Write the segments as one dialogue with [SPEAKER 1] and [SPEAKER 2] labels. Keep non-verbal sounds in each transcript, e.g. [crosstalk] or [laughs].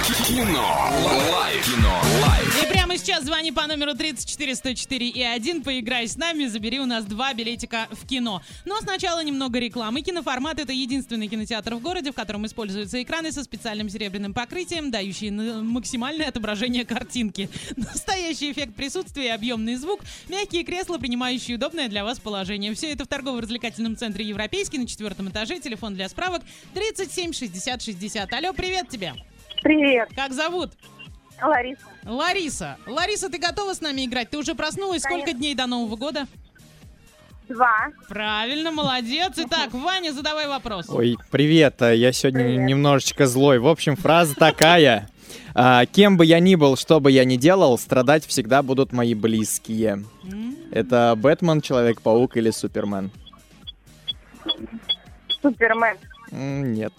[SPEAKER 1] Кино. Лайф. Кино. Лайф.
[SPEAKER 2] И прямо сейчас звони по номеру 34104 и 1, поиграй с нами, забери у нас два билетика в кино. Но сначала немного рекламы. Киноформат — это единственный кинотеатр в городе, в котором используются экраны со специальным серебряным покрытием, дающие на- максимальное отображение картинки. Настоящий эффект присутствия и объемный звук, мягкие кресла, принимающие удобное для вас положение. Все это в торгово-развлекательном центре «Европейский» на четвертом этаже. Телефон для справок 37 60 60. Алло, привет тебе!
[SPEAKER 3] Привет,
[SPEAKER 2] Как зовут?
[SPEAKER 3] Лариса.
[SPEAKER 2] Лариса, Лариса, ты готова с нами играть? Ты уже проснулась? Сколько дней до Нового года?
[SPEAKER 3] Два.
[SPEAKER 2] Правильно, молодец.
[SPEAKER 4] [laughs]
[SPEAKER 2] Итак, Ваня, задавай вопрос.
[SPEAKER 5] Ой, привет, а, я сегодня
[SPEAKER 3] Привет.
[SPEAKER 5] немножечко злой. В общем, фраза такая. А, кем бы я ни был, что бы я ни делал, страдать всегда будут мои близкие.
[SPEAKER 2] М,
[SPEAKER 5] Это Бэтмен, Человек-паук или Супермен?
[SPEAKER 3] Супермен.
[SPEAKER 5] М, Нет,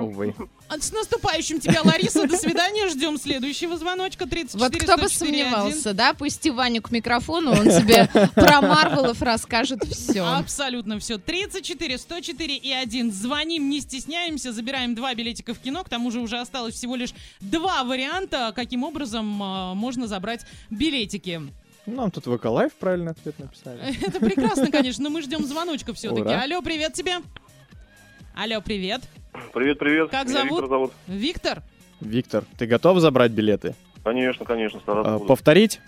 [SPEAKER 5] увы.
[SPEAKER 2] а С наступающим тебя, Лариса. До свидания. Ждем следующего звоночка. 34
[SPEAKER 4] Вот кто бы
[SPEAKER 2] 104 один.
[SPEAKER 4] сомневался, да? Пусти Ваню к микрофону, он тебе [laughs] про Марвелов расскажет
[SPEAKER 2] А
[SPEAKER 4] все.
[SPEAKER 2] Абсолютно все. 34, 104 и 1. Звоним, не стесняемся, забираем два билетика в кино. К тому же уже осталось всего лишь два варианта, каким образом а, можно забрать билетики.
[SPEAKER 5] Ну, Нам тут ВК Лайф правильно ответ написали.
[SPEAKER 2] Это прекрасно, конечно, но мы ждем звоночка все-таки.
[SPEAKER 5] Ура.
[SPEAKER 2] Алло, привет тебе. Алло, привет.
[SPEAKER 6] Привет, привет.
[SPEAKER 2] Как
[SPEAKER 6] Меня
[SPEAKER 2] зовут?
[SPEAKER 6] Виктор зовут.
[SPEAKER 2] Виктор?
[SPEAKER 5] Виктор, ты готов забрать билеты?
[SPEAKER 6] Конечно, конечно, стараться
[SPEAKER 5] А,
[SPEAKER 6] буду.
[SPEAKER 5] Повторить?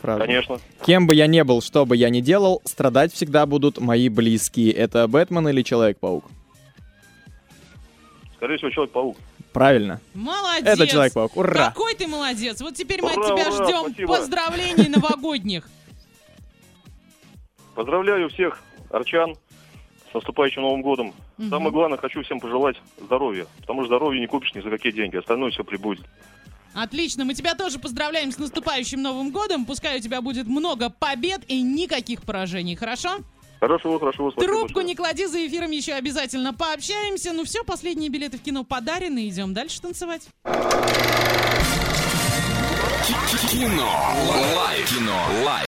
[SPEAKER 5] Фразу.
[SPEAKER 6] Конечно.
[SPEAKER 5] Кем бы я ни был, что бы я ни делал, страдать всегда будут мои близкие. Это Бэтмен или Человек-паук?
[SPEAKER 6] Скорее всего, Человек-паук.
[SPEAKER 5] Правильно.
[SPEAKER 2] Молодец.
[SPEAKER 5] Это Человек-паук. Ура!
[SPEAKER 2] Какой ты молодец! Вот теперь мы от
[SPEAKER 6] Ура,
[SPEAKER 2] тебя
[SPEAKER 6] ура,
[SPEAKER 2] ждем
[SPEAKER 5] [laughs]
[SPEAKER 6] спасибо.
[SPEAKER 2] поздравлений новогодних.
[SPEAKER 6] Поздравляю всех арчан с наступающим Новым годом.
[SPEAKER 2] Мгм.
[SPEAKER 6] Самое главное, хочу всем пожелать здоровья, потому что здоровье не купишь ни за какие деньги, остальное все прибудет.
[SPEAKER 2] Отлично, мы тебя тоже поздравляем с наступающим Новым годом. Пускай у тебя будет много побед и никаких поражений, хорошо?
[SPEAKER 6] Хорошего, хорошего, спасибо.
[SPEAKER 2] Трубку
[SPEAKER 6] большое.
[SPEAKER 2] не клади, за эфиром еще обязательно пообщаемся. Ну все, последние билеты в кино подарены, идем дальше танцевать.
[SPEAKER 1] Кино. Лайф. Кино. Лайф.